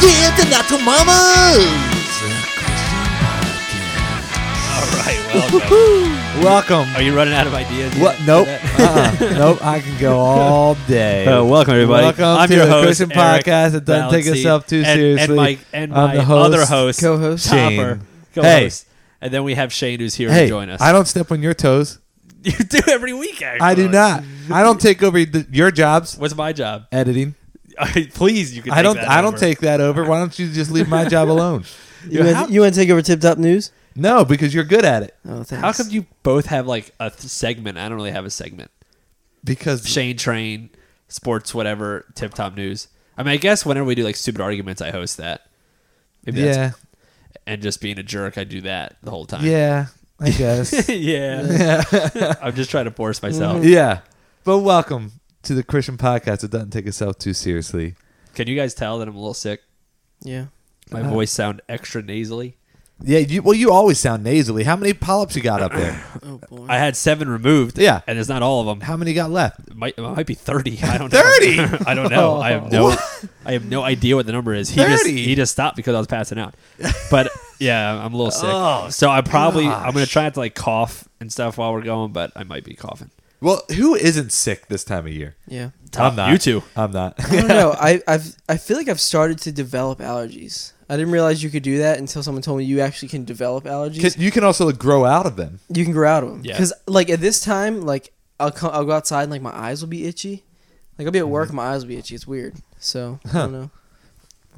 Dear to Natural Mamas. All right, welcome. Welcome. Are you running out of ideas? Uh, What? yet? Nope. Uh-uh. nope. I can go all day. Uh, welcome everybody. Welcome I'm to your the host, Christian Eric podcast that doesn't take Valenci, itself too and- seriously. And my and I'm my the host, other host, co-host, Topper, Shane. co-host, and then we have Shane who's here Hey, to join us. I don't step on your toes. You do every week. Actually. I do not. I don't take over the, your jobs. What's my job? Editing. Please, you can. I take don't. that I don't over. take that over. Why don't you just leave my job alone? You, want, you want to take over Tip Top News? No, because you're good at it. Oh, thanks. How come you both have like a th- segment? I don't really have a segment. Because Shane Train, sports, whatever, tip top news. I mean, I guess whenever we do like stupid arguments, I host that. Maybe that's- yeah, and just being a jerk, I do that the whole time. yeah. I guess. yeah. yeah. Mm-hmm. I'm just trying to force myself. yeah. But welcome to the Christian podcast that doesn't take itself too seriously. Can you guys tell that I'm a little sick? Yeah. My Uh-huh. voice sound extra nasally. Yeah, you, well, you always sound nasally. How many polyps you got up there? Oh boy. I had seven removed. Yeah. and it's not all of them. How many got left? It might, it might be thirty. I don't 30? know. I don't know. I have no. What? I have no idea what the number is. He just 30? he just stopped because I was passing out. But yeah, I'm a little sick. Oh, so I probably I'm gonna try not to like cough and stuff while we're going, but I might be coughing. Well, who isn't sick this time of year? yeah. Top, I'm not. Um, you two. I'm not. I don't know. I, I've I feel like I've started to develop allergies. I didn't realize you could do that until someone told me you actually can develop allergies. you can also grow out of them. you can grow out of them. Yeah. Because like at this time, like I'll come, I'll go outside and like my eyes will be itchy. Like I'll be at Mm-hmm. work, and my eyes will be itchy. It's weird. So I don't know.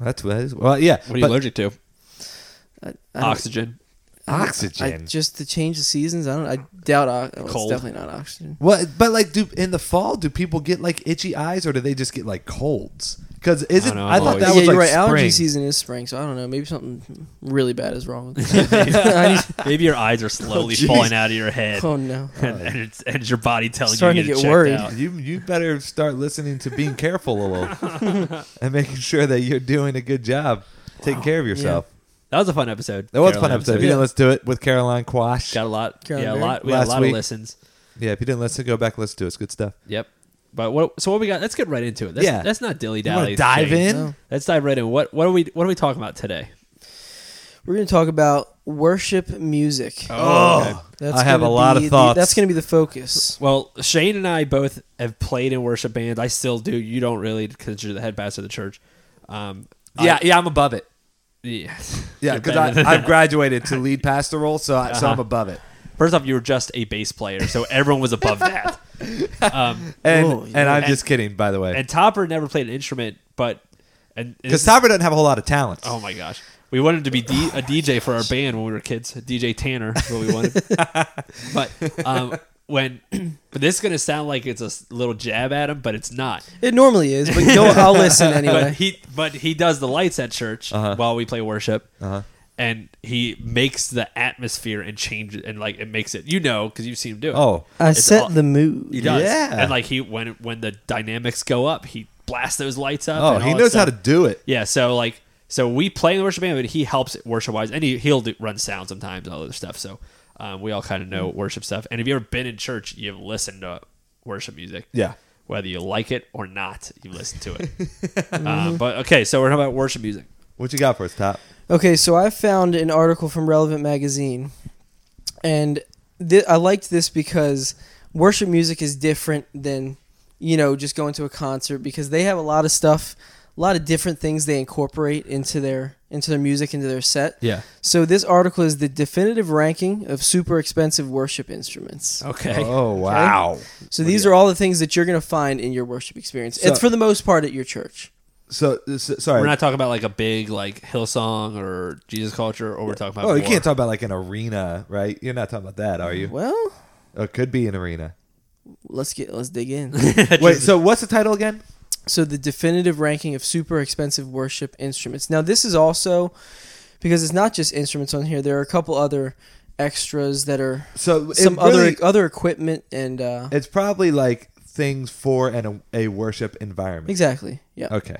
That's what. That is. Well, yeah. What are you but allergic to? I, I don't- Oxygen. I, oxygen. just to change the seasons. I don't. I doubt. o- oh, Cold. It's definitely not oxygen. well, but like, do in the fall do people get like itchy eyes, or do they just get like colds? Because isn't know, I, I'm thought always- that yeah, was you're like right. Allergy spring. season is spring, so I don't know. Maybe something really bad is wrong. with me. maybe, maybe your eyes are slowly Oh, falling out of your head, oh no. and, and, it's, and it's your body telling Starting you to to get, get checked worried. out. You you better start listening to being careful a little, and making sure that you're doing a good job, Oh, taking care of yourself. That was a fun episode. That was a fun Caroline episode. If you didn't Yeah. listen to it with Caroline Quash, Got a lot. Caroline yeah, a Berry. lot. We got a Last lot week. of listens. yeah. If you didn't listen, go back and listen to it. It's good stuff. Yep. But what? So what we got? Let's get right into it. That's, Yeah. That's not dilly You want to dally. dive in? No. Let's dive right in. What? What are we? What are we talking about today? We're going to talk about worship music. Oh. I have a gonna lot of be the- thoughts. that's going to be the focus. Well, Shane and I both have played in worship bands. I still do. You don't really because you're the head pastor of the church. Um, Yeah, yeah, I'm above it. I, yeah. Yeah, You're because better than I've graduated to lead pastoral, so, I, so I'm above it. First off, you were just a bass player, so everyone was above that. Um, And Oh, and yeah. I'm And- just kidding, by the way, and Topper never played an instrument, but and because Topper doesn't have a whole lot of talent. Oh my gosh. We wanted to be D- a DJ for our band when we were kids. A DJ Tanner is what we wanted. but um, when, but this is gonna sound like it's a s- little jab at him, but it's not. It normally is, but you know what? I'll listen Uh-huh. But anyway. he, but he does the lights at church while we play worship, Uh-huh. and he makes the atmosphere and changes and like it makes it. You know, because you've seen him do it. Oh, I it's set all- the mood. he does. yeah. And like he when when the dynamics go up, he blasts those lights up. oh, and he all that knows how stuff. to do it. Yeah, so like so we play in the worship band, but he helps worship wise, and he he'll do, run sound sometimes and all other stuff. So um, we all kind of Mm-hmm. know worship stuff. And if you have ever been in church, you've listened to worship music. Yeah. whether you like it or not, you listen to it. um, but okay, so we're talking about worship music. What you got for us, Top? Okay, so I found an article from Relevant Magazine, and th- I liked this because worship music is different than, you know, just going to a concert because they have a lot of stuff, a lot of different things they incorporate into their into their music, into their set. Yeah. So this article is the definitive ranking of super expensive worship instruments. Okay, Oh wow. So these are all the things that you're going to find in your worship experience. So- it's for the most part at your church. So, so sorry. we're not talking about like a big like Hillsong or Jesus culture, or we're talking about. oh, you more- can't talk about like an arena, right? You're not talking about that, are you? Well, Oh, it could be an arena. let's get let's dig in. Wait. So what's the title again? so the definitive ranking of super expensive worship instruments. Now this is also because it's not just instruments on here. There are a couple other extras that are So it some really- other other equipment and uh, It's probably like things for an a worship environment. exactly. Yeah. Okay.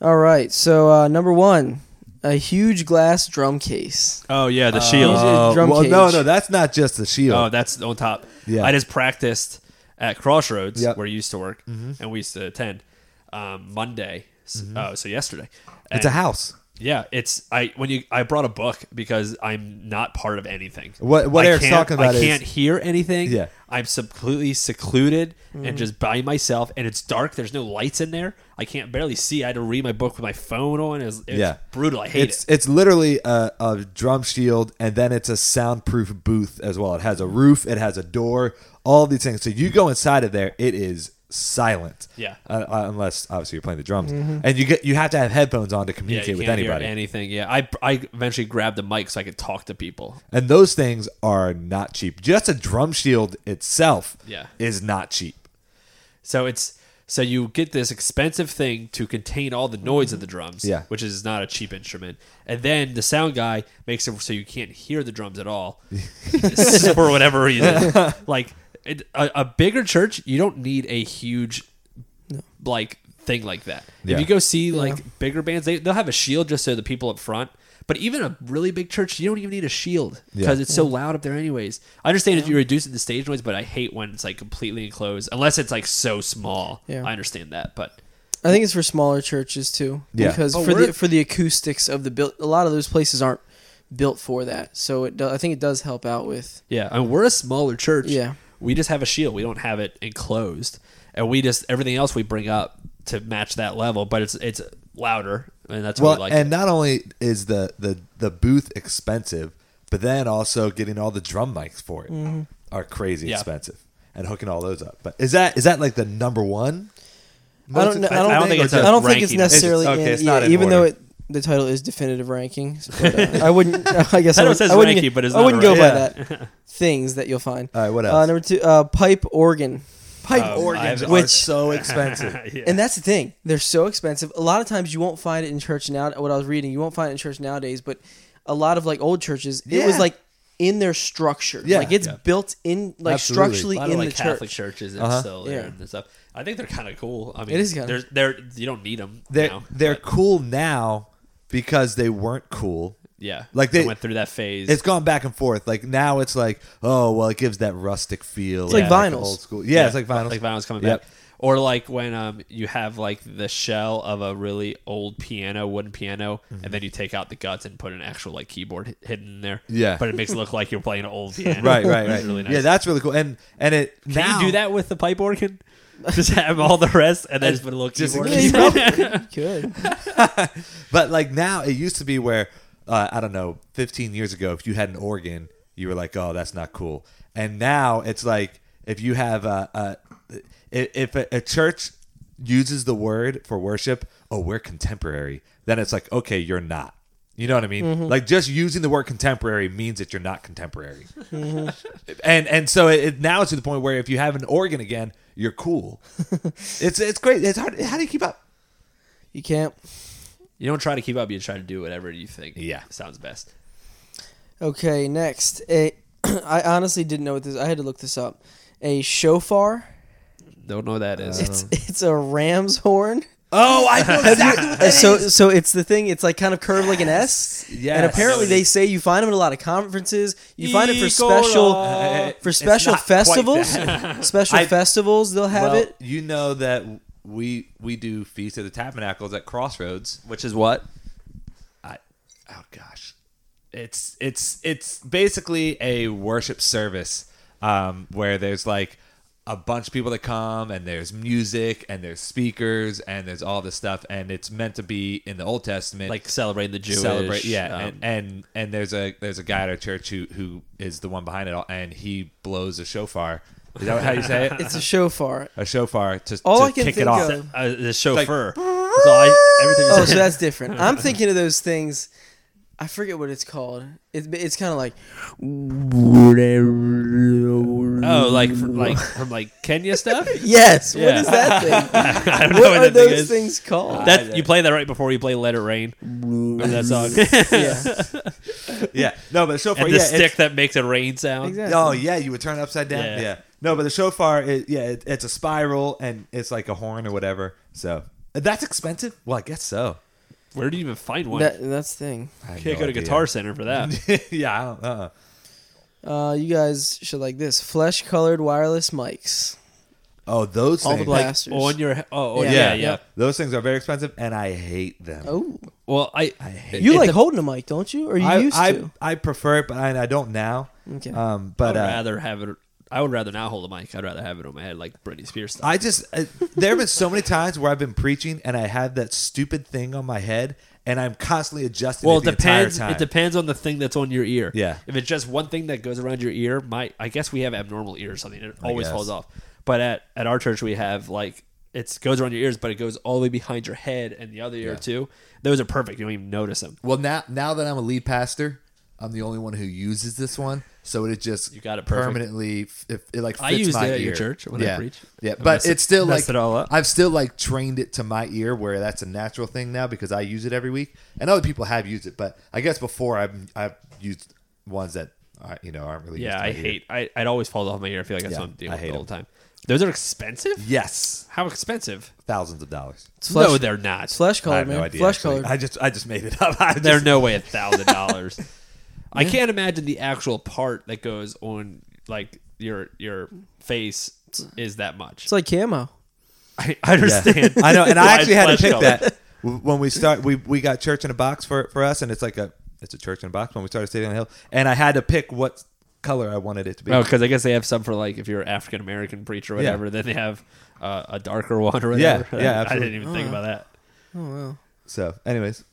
All right. So uh, number one, a huge glass drum case. Oh yeah, Uh, the shield. Usually a drum well, no, cage. no, that's not just the shield. Oh, that's on top. Yeah. I just practiced at Crossroads Yep. Mm-hmm. where you used to work and we used to attend um, Monday. uh, so yesterday. It's a And, house. yeah. It's I when you I brought a book because I'm not part of anything. What- what I Eric's can't- talking about I is- can't hear anything. Yeah. Mm. I'm sub- completely secluded and just by myself, and it's dark. There's no lights in there. I can't barely see. I had to read my book with my phone on. It's, it's Yeah. brutal. I hate It's it. it's literally a, a drum shield, and then it's a soundproof booth as well. It has a roof, it has a door, all these things. So you go inside of there, it is silent. Yeah. Uh, uh, unless obviously you're playing the drums, Mm-hmm. and you get you have to have headphones on to Yeah, you communicate with can't hear anybody. anything. Yeah, I I eventually grabbed the mic so I could talk to people. and those things are not cheap. Just a drum shield itself, Yeah. is not cheap. So it's so you get this expensive thing to contain all the noise of the drums, Yeah. which is not a cheap instrument. And then the sound guy makes it so you can't hear the drums at all for whatever reason. Like it, a, a bigger church, you don't need a huge like thing like that. Yeah. If you go see like bigger bands, they they'll have a shield just so the people up front. But even a really big church, you don't even need a shield because Yeah. it's so loud up there, anyways. I understand if you reduce it to stage noise, but I hate when it's like completely enclosed, unless it's like so small. Yeah. I understand that, but I think it's for smaller churches too. Yeah. Because Oh, for we're- the for the acoustics of the built, a lot of those places aren't built for that. So it do, I think it does help out with. yeah, I mean, we're a smaller church. Yeah. we just have a shield. We don't have it enclosed, and we just everything else we bring up to match that level, but it's it's louder, and that's what Well, we like. and it. not only is the, the the booth expensive, but then also getting all the drum mics for it are crazy Mm-hmm. Yeah. expensive, and hooking all those up. But is that is that like the number one? I don't know. I I don't, don't think think, it's I a don't think it's ranking. It's- necessarily. okay, in- it's not yeah, in even though order. it the title is definitive rankings. But, uh, I wouldn't. I guess I, Title would, says I wouldn't. ranking, but it's I not a wouldn't go by ranking. that. Things that you'll find. All right, what Uh, else? number two, uh, pipe organ. Pipe Um, organs which I've- which are so expensive. Yeah. And that's the thing. They're so expensive. A lot of times you won't find it in church now. What I was reading, you won't find it in church nowadays, but a lot of like old churches, it was Yeah. like in their structure. Yeah. Like it's Yeah. built in Absolutely. like a structurally lot in of like the Catholic church. churches and Uh-huh. still there Yeah. and stuff. I think they're kind of cool. I mean, It is kinda- They're, they're you don't need them. They're now, they're but, cool now because they weren't cool. yeah. like they- went through that phase. It's gone back and forth. Like now, it's like oh well, it gives that rustic feel. It's like vinyls. old school. Yeah, it's like vinyls. Like vinyls coming Yep. back. Or like when um you have like the shell of a really old piano, wooden piano, Mm-hmm. and then you take out the guts and put an actual like keyboard hi- hidden in there. Yeah. but it makes it look like you're playing an old piano. Right, right, It's right. really nice. Yeah, that's really cool. And and it Can now, you do that with the pipe organ? Just have all the rest and then just put a little Just a keyboard. Yeah, you probably could. But like now, it used to be where uh, I don't know, 15 years ago, if you had an organ, you were like, "Oh, that's not cool." And now it's like if you have a, a i- if a, a church uses the word for worship, "Oh, we're contemporary," then it's like, "Okay, you're not." You know what I mean? Like just using the word contemporary means that you're not contemporary. and and so it, it now it's to the point where if you have an organ again, you're cool. it's it's great. It's hard. How do you keep up? You can't. You don't try to keep up. You try to do whatever you think. Yeah. sounds best. Okay, next. A, I honestly didn't know what this. I had to look this up. A shofar. Uh-huh. Don't know what that is. It's it's a ram's horn. Oh, I know exactly what Uh, so so it's the thing. It's like kind of curved like an S. Yes. And apparently they say you find them at a lot of conferences. You find it for special Ecola. Uh, for It's special not quite festivals. Special I- festivals they'll have well, it. Oh, you know that we we do feast of the tabernacles at Crossroads. Which is what? I, oh gosh, it's it's it's basically a worship service um, where there's like a bunch of people that come and there's music and there's speakers and there's all this stuff and it's meant to be in the Old Testament Like celebrating the Jewish. celebrate yeah um, and, and and there's a there's a guy at our church who who is the one behind it all and he blows a shofar is that how you say it uh-huh. It's a shofar. a shofar to, All to I can kick it think off. of- uh, the chauffeur. That's all I- everything is- Oh, so that's different. I'm thinking of those things. I forget what it's called. It, it's kind of like Oh, like from, like from like Kenya stuff. yes. What Yeah. is that thing? I don't know what, what are that thing those is. things called? That you play that right before you play "Let It Rain." Remember that song? yeah, yeah no but the shofar and the yeah, it's- stick that makes a rain sound. exactly. oh yeah you would turn it upside down yeah, Yeah. no but the shofar is, yeah it, it's a spiral and it's like a horn or whatever so that's expensive well I guess so Where do you even find one? That, that's the thing. I have Can't no go to idea. Guitar Center for that. yeah I don't, uh, Uh, you guys should like this flesh colored wireless mics. Oh, those All the things. black- Like Pastors. on your he- oh, oh Yeah. yeah. yeah, yeah yeah. Those things are very expensive, and I hate them. Oh, Well, I, I hate. you it like dep- holding a mic, don't you? Or you I, used I, to? I prefer it, but I, I don't now. Okay. Um, I but would uh, rather have it. I would rather not hold a mic. I'd rather have it on my head like Britney Spears stuff. I just uh, there have been so many times where I've been preaching and I have that stupid thing on my head and I'm constantly adjusting. well, it the it depends. Entire time. It depends on the thing that's on your ear. Yeah. If it's just one thing that goes around your ear, my I guess we have abnormal ears. or something. It always guess. falls off. But at at our church, we have like it goes around your ears, but it goes all the way behind your head and the other ear too. Those are perfect. You don't even notice them. Well, now now that I'm a lead pastor, I'm the only one who uses this one, so it just you got it perfect. permanently. If it, like fits I used my it at ear. your church when I yeah. preach. Yeah, I but messed it- it's still messed like it all up. I've still like trained it to my ear where that's a natural thing now because I use it every week, and other people have used it, but I guess before I've I've used ones that are, you know aren't really. Yeah, I used to my ear. hate. I it always falls off my ear. I feel like that's what I'm dealing I with hate the whole time. Those are expensive. yes, How expensive? thousands of dollars. It's flesh, No, they're not. it's flesh I colored, have man. no idea. flesh actually. colored. I just I just made it up. I just, They're no way a thousand dollars. I can't imagine the actual part that goes on like your your face is that much. It's like camo. I, I understand. I know, and I Why actually had to it's pick flesh that when we start. We we got church in a box for for us, and it's like a it's a church in a box when we started sitting on the hill, and I had to pick what color I wanted it to be. Oh, because I guess they have some for like if you're African American preacher or Yeah. whatever, then they have uh, a darker one or Yeah, whatever. yeah, I absolutely. didn't even think about that. Oh wow. So, anyways,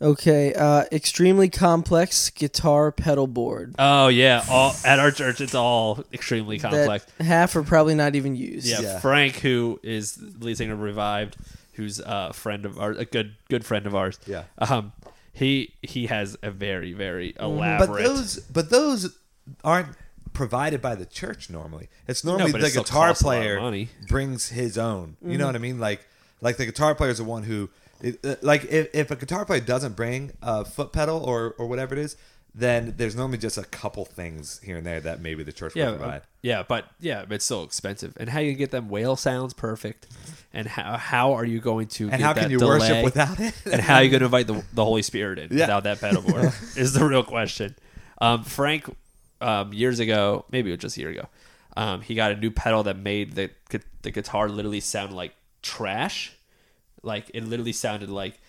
Okay, uh, extremely complex guitar pedal board. Oh yeah, all at our church it's all extremely complex. That half are probably not even used. Yeah, Yeah. Frank, who is the lead singer of Revived, who's a friend of ours, a good good friend of ours. Yeah. Um, he he has a very very Mm-hmm. but elaborate. those but those aren't provided by the church normally. It's normally but the it still guitar costs a lot of player money. Mm-hmm. brings his own. You know what I mean? Like like the guitar player is the one who it- uh, like if, if a guitar player doesn't bring a foot pedal or or whatever it is, then there's normally just a couple things here and there that maybe the church yeah, will provide. yeah, but yeah, but it's still expensive. And how you get them whale sounds perfect, and how how are you going to And get how can that you delay? worship without it? and how are you going to invite the, the Holy Spirit in Yeah. without that pedal board is the real question. Um, Frank, um, years ago, maybe it was just a year ago, um, he got a new pedal that made the gu- the guitar literally sound like trash. Like it literally sounded like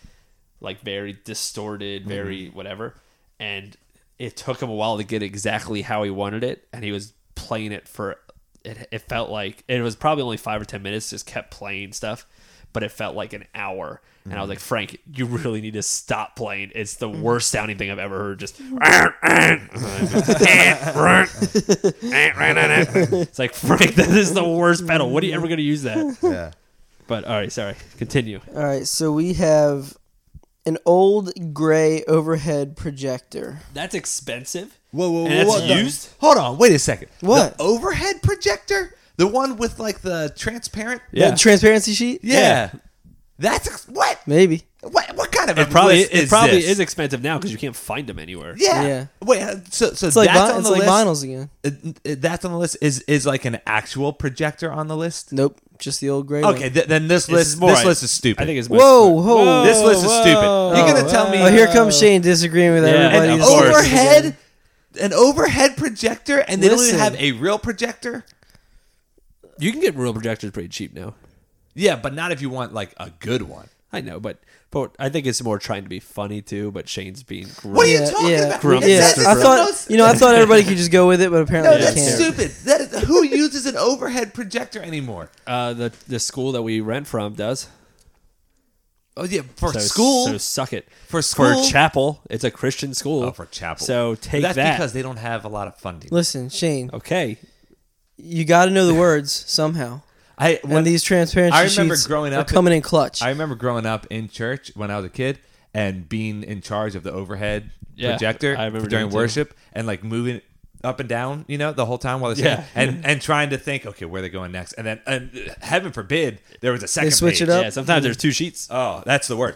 like very distorted, very whatever. And it took him a while to get exactly how he wanted it, and he was playing it for it, it felt like it was probably only five or ten minutes just kept playing stuff but it felt like an hour and i was like frank you really need to stop playing it's the Mm. worst sounding thing i've ever heard just eh, it's like frank that is the worst pedal what are you ever going to use that Yeah. but all right sorry continue All right, so we have an old gray overhead projector. that's expensive Whoa, whoa, And whoa, that's whoa, the- used? hold on, wait a second. What? The overhead projector? The one with like the transparent Yeah. That transparency sheet? Yeah. That's ex- what? Maybe. What, what kind of it probably list it probably this? is expensive now because you can't find them anywhere Yeah. Yeah. Wait. uh, So so It's like, that's vi- on it's the like list. vinyls again. Uh, uh, that's on the list. Is is like an actual projector on the list? Nope, just the old gray one. Okay. Th- then this This list is more- this list is stupid. i think it's Oh, Whoa, whoa. this list is stupid. You're gonna tell me Oh, here comes Shane disagreeing with Yeah, and everybody. of This is course. worse again. overhead, an overhead projector, and they Listen. don't even have a real projector. you can get real projectors pretty cheap now Yeah, but not if you want like a good one. I know, but but I think it's more trying to be funny too. But Shane's being gross. What are you talking about? Grumpy Yeah, Mr. I Grumpy. thought you know. I thought everybody could just go with it, but No, apparently they that's can't. stupid. That is, who uses an overhead projector anymore? uh, the the school that we rent from does Oh yeah, for so, school. So suck it For school? for chapel. It's a Christian school. Oh, for chapel. So take that's that. because they don't have a lot of funding. Listen, Shane, okay, you got to know the words somehow. I When these transparency I remember sheets growing are up- coming in clutch. I remember growing up in church when I was a kid and being in charge of the overhead Yeah, projector I remember during doing too. worship and like moving up and down, you know, the whole time while they're Yeah. singing, and and trying to think, okay, where they're going next, and then and uh, heaven forbid there was a second. switch page. it up? yeah. Sometimes there's two sheets. Oh, that's the word.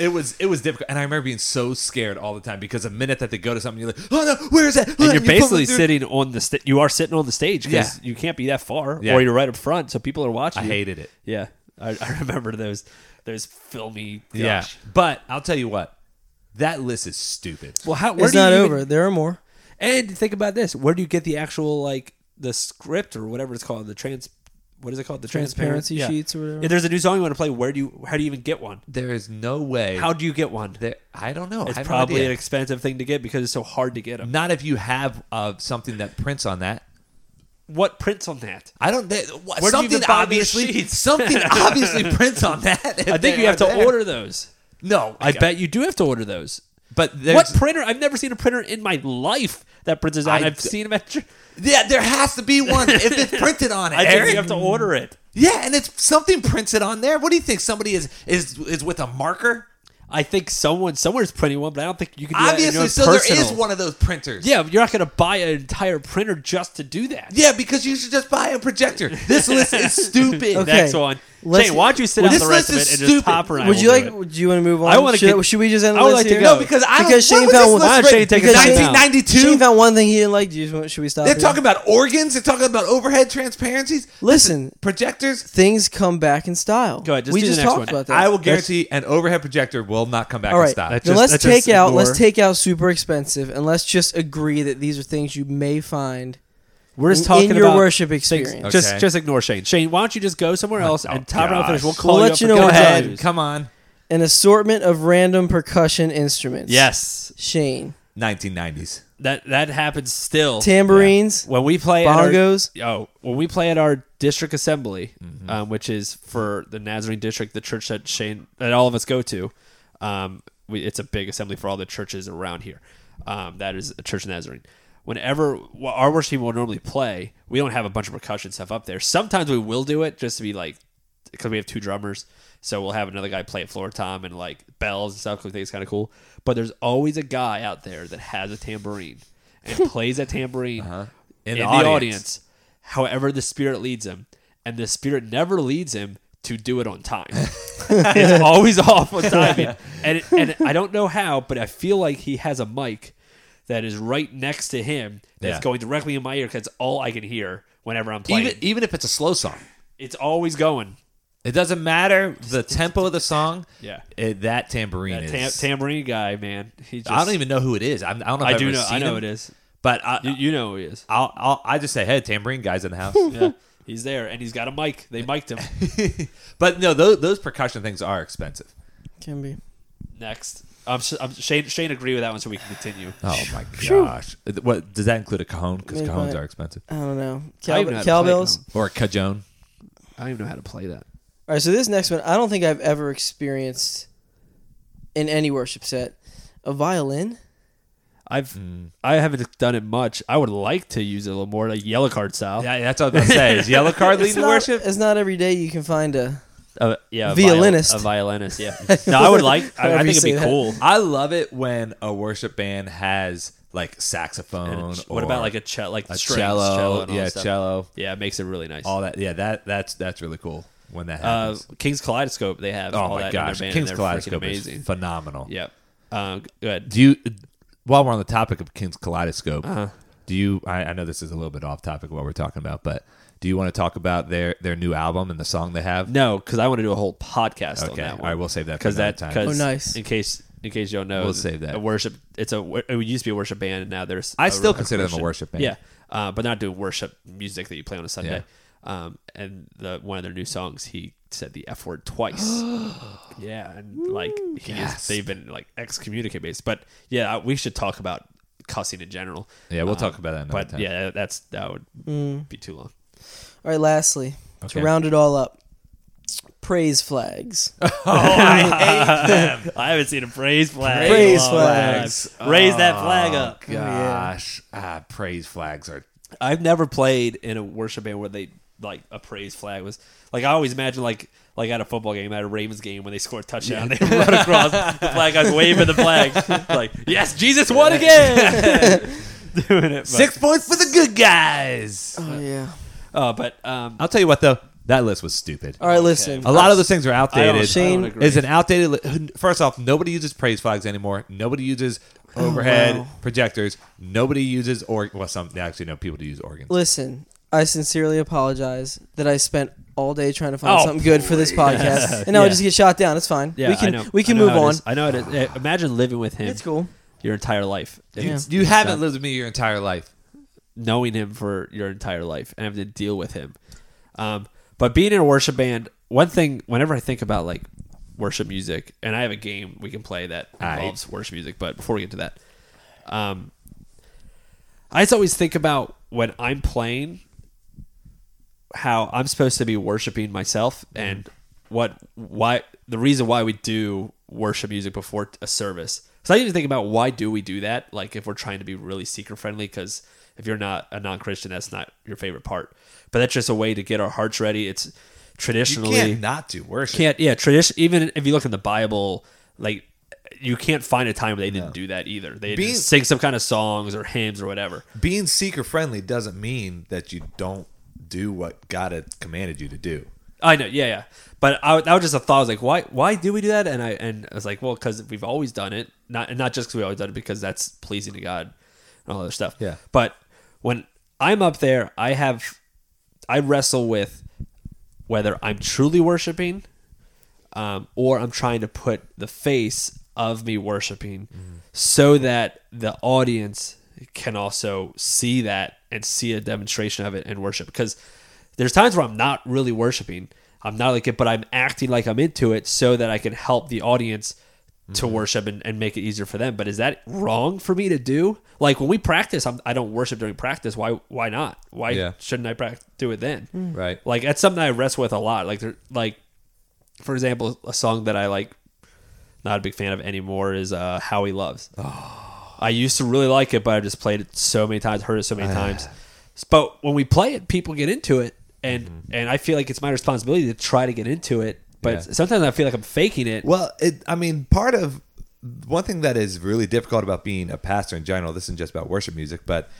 It was it was difficult, and I remember being so scared all the time because the minute that they go to something, you're like, oh no, where is that? And you're basically sitting on the sta- you are sitting on the stage because Yeah. you can't be that far, Yeah. or you're right up front, so people are watching. I you. hated it. Yeah, I, I remember those those filmy. Yeah, gosh. but I'll tell you what, that list is stupid. Well, how where it's do you not even- over. There are more. And think about this: where do you get the actual like the script or whatever it's called, the trans what is it called? The Transparency transparent- yeah. sheets or whatever. Yeah, there's a new song you want to play. Where do you? How do you even get one? There is no way. How do you get one? There, I don't know. I It's have no probably idea. an expensive thing to get because it's so hard to get them. not if you have uh, something that prints on that. What prints on that? I don't. They, what, Where do you something even buy these obviously. sheets? Something obviously prints on that. if I think they you have are to there. order those. No, I bet you do have to order those. But there's, what printer? I've never seen a printer in my life that prints design. I I've d- seen them at. Yeah, there has to be one if it's printed on it. I think Eric. you have to order it. Yeah, and it's something printed on there. What do you think? Somebody is is is with a marker? I think someone somewhere's printing one, but I don't think you can. Do that in your Obviously, own so there is personal- one of those printers. Yeah, but you're not going to buy an entire printer just to do that. Yeah, because you should just buy a projector. This list is stupid. Okay. Next one, let's- Shane. Why don't you sit Well, down this the rest of list it is and just stupid. hop around? Would you like? Do you want to move on? I wanna should, get- should we just end the I would list like to here? go. No, because I don't. Because Shane what was found this one- list Why don't written? Shane take us Because down? Shane- 1992. Shane found one thing he didn't like. Do you want- should we stop? They're here? talking about organs. They're talking about overhead transparencies, Listen, projectors. things come back in style. Go ahead, just we do the just next talked one. about that. I will guarantee an overhead projector will not come back All and right, stop. That's then just- let's that just take out. Let's ignore- take out super expensive, and let's just agree that these are things you may find We're just in- talking in your about worship things- experience. Just, Okay. Oh, just ignore Shane. Shane, why don't you just go somewhere else and top around gosh. finish? We'll We'll call let you up you for know Go what continues. ahead. ahead. Come on. An assortment of random percussion instruments. Yes, Shane, 1990s. that that happens still. tambourines, when we play Bongos? At our, oh, when we play at our district assembly, Mm-hmm. um, which is for the Nazarene district, the church that Shane that all of us go to. Um, we, it's a big assembly for all the churches around here. Um, that is a church in Nazarene. Whenever wh- our worship team will normally play, we don't have a bunch of percussion stuff up there. Sometimes we will do it just to be like, because we have two drummers, so we'll have another guy play floor tom and like bells and stuff. Cause we think it's kind of cool. But there's always a guy out there that has a tambourine and plays a tambourine Uh-huh. In in, the the audience. audience. However, the spirit leads him, and the spirit never leads him to do it on time. it's always off on timing, and it, and I don't know how, but I feel like he has a mic that is right next to him that's Yeah. going directly in my ear because all I can hear whenever I'm playing. Even even if it's a slow song, it's always going. it doesn't matter the tempo of the song. Yeah. it, that tambourine That is. tam- tambourine guy, man. He just, I don't even know who it is. I'm, I don't know. If I I've do ever know. I seen know him, it is. But I, You, you know who he is. I'll, I'll I just say, hey, tambourine guys in the house. Yeah. He's there, and he's got a mic. They mic'd him. but no, those, those percussion things are expensive. can be. Next, I'm, s am Shane. Shane agree with that one, so we can continue. Oh my gosh! What does that include a cajon? Because Maybe cajones I- are expensive, I don't know. I Cow- don't even know how to play cowbells. them. or a cajon. I don't even know how to play that. All right, so this next one, I don't think I've ever experienced in any worship set a violin. I've Mm. I haven't done it much. I would like to use it a little more, like yellow card style. Yeah, that's what I was about to say. Is yellow card leading It's to not, worship? it's not every day you can find a. Uh, yeah, a Violinist. viol- a violinist. Yeah. No, I would like. I, I However you think it'd say be that. cool. I love it when a worship band has like saxophone. And it's- what or about like a cello? Like a strings, cello? and all yeah, that stuff. cello. Yeah, it makes it really nice. All that. Yeah, that that's that's really cool when that uh, happens. King's Kaleidoscope. They have. oh all my that in their gosh, band, and King's they're freaking Kaleidoscope amazing. is phenomenal. yeah. Um, good. Do you? While we're on the topic of King's Kaleidoscope, Uh-huh. do you? I, I know this is a little bit off topic of what we're talking about, but do you want to talk about their their new album and the song they have? No, because I want to do a whole podcast on Okay, that all one. right, we'll save that for because another that time. 'cause Oh, nice. In case in case you don't know, We'll save that. A worship. It's a. wor- It used to be a worship band, and now there's. I a still rock consider them a worship band. Yeah, uh, but not doing worship music that you play on a Sunday. Um, and the one of their new songs, he said the f word twice. yeah, and like he is, they've been like excommunicate based. But yeah, uh, we should talk about cussing in general. Yeah, we'll Um, talk about that another But time. yeah, that's that would Mm. be too long. All right, lastly, Okay. to round it all up, praise flags. Oh, I haven't seen a praise flag. Praise in a long flags. time. Raise that Oh, flag up. Gosh, ah, praise flags are. I've never played in a worship band where they like a praise flag was like I always imagine like like at a football game at a Ravens game when they score a touchdown they run across the flag guys waving the flag like yes Jesus won again doing it but, Six points for the good guys. Oh yeah. uh, but um I'll tell you what, though, that list was stupid. All right, listen. A lot of those things are outdated. Shane- agree. It's an outdated. Li- First off, nobody uses praise flags anymore. Nobody uses overhead Oh, wow. projectors. Nobody uses or well, some they actually know people to use organs. Listen, I sincerely apologize that I spent all day trying to find Oh, something good for this podcast, and now I Yeah. just get shot down. It's fine. yeah we can I know. we can I know move how it on. is. I know it is Yeah, imagine living with him It's cool. your entire life and Yeah. it's- You it's haven't not- lived with me your entire life. knowing him for your entire life and having to deal with him um But being in a worship band, one thing whenever I think about like worship music, and I have a game we can play that involves worship music. But before we get to that, um, I just always think about when I'm playing how I'm supposed to be worshiping myself Mm-hmm. and what why the reason why we do worship music before a service. So I need to think about why do we do that? Like if we're trying to be really seeker friendly, because if you're not a non Christian, that's not your favorite part. But that's just a way to get our hearts ready. It's You traditionally can't not do worship. can't yeah tradition even if you look in the bible like you can't find a time where they didn't do that either they Being- just sing some kind of songs or hymns or whatever Being seeker friendly doesn't mean that you don't do what God had commanded you to do. i know yeah yeah but I, that was just a thought i was like why why do we do that and i and i was like well because we've always done it not and not just because we always done it because that's pleasing to god and all that other stuff Yeah. but when i'm up there i have i wrestle with whether i'm truly worshiping um, or I'm trying to put the face of me worshiping so that the audience can also see that and see a demonstration of it and worship. Because there's times where I'm not really worshiping, I'm not like it, but I'm acting like I'm into it so that I can help the audience to worship and, and make it easier for them. But is that wrong for me to do? Like when we practice, I'm, I don't worship during practice. Why? Why not? Why Yeah. shouldn't I prac- do it then? Right. Like that's something I wrestle with a lot. Like there, like for example, a song that I like, not a big fan of anymore is uh, "How He Loves." Oh. I used to really like it, but I've just played it so many times, heard it so Ah. many times. But when we play it, people get into it, and and I feel like it's my responsibility to try to get into it. But Mm-hmm. Yeah. sometimes I feel like I'm faking it. Well, it, I mean, part of one thing that is really difficult about being a pastor in general, this isn't just about worship music, but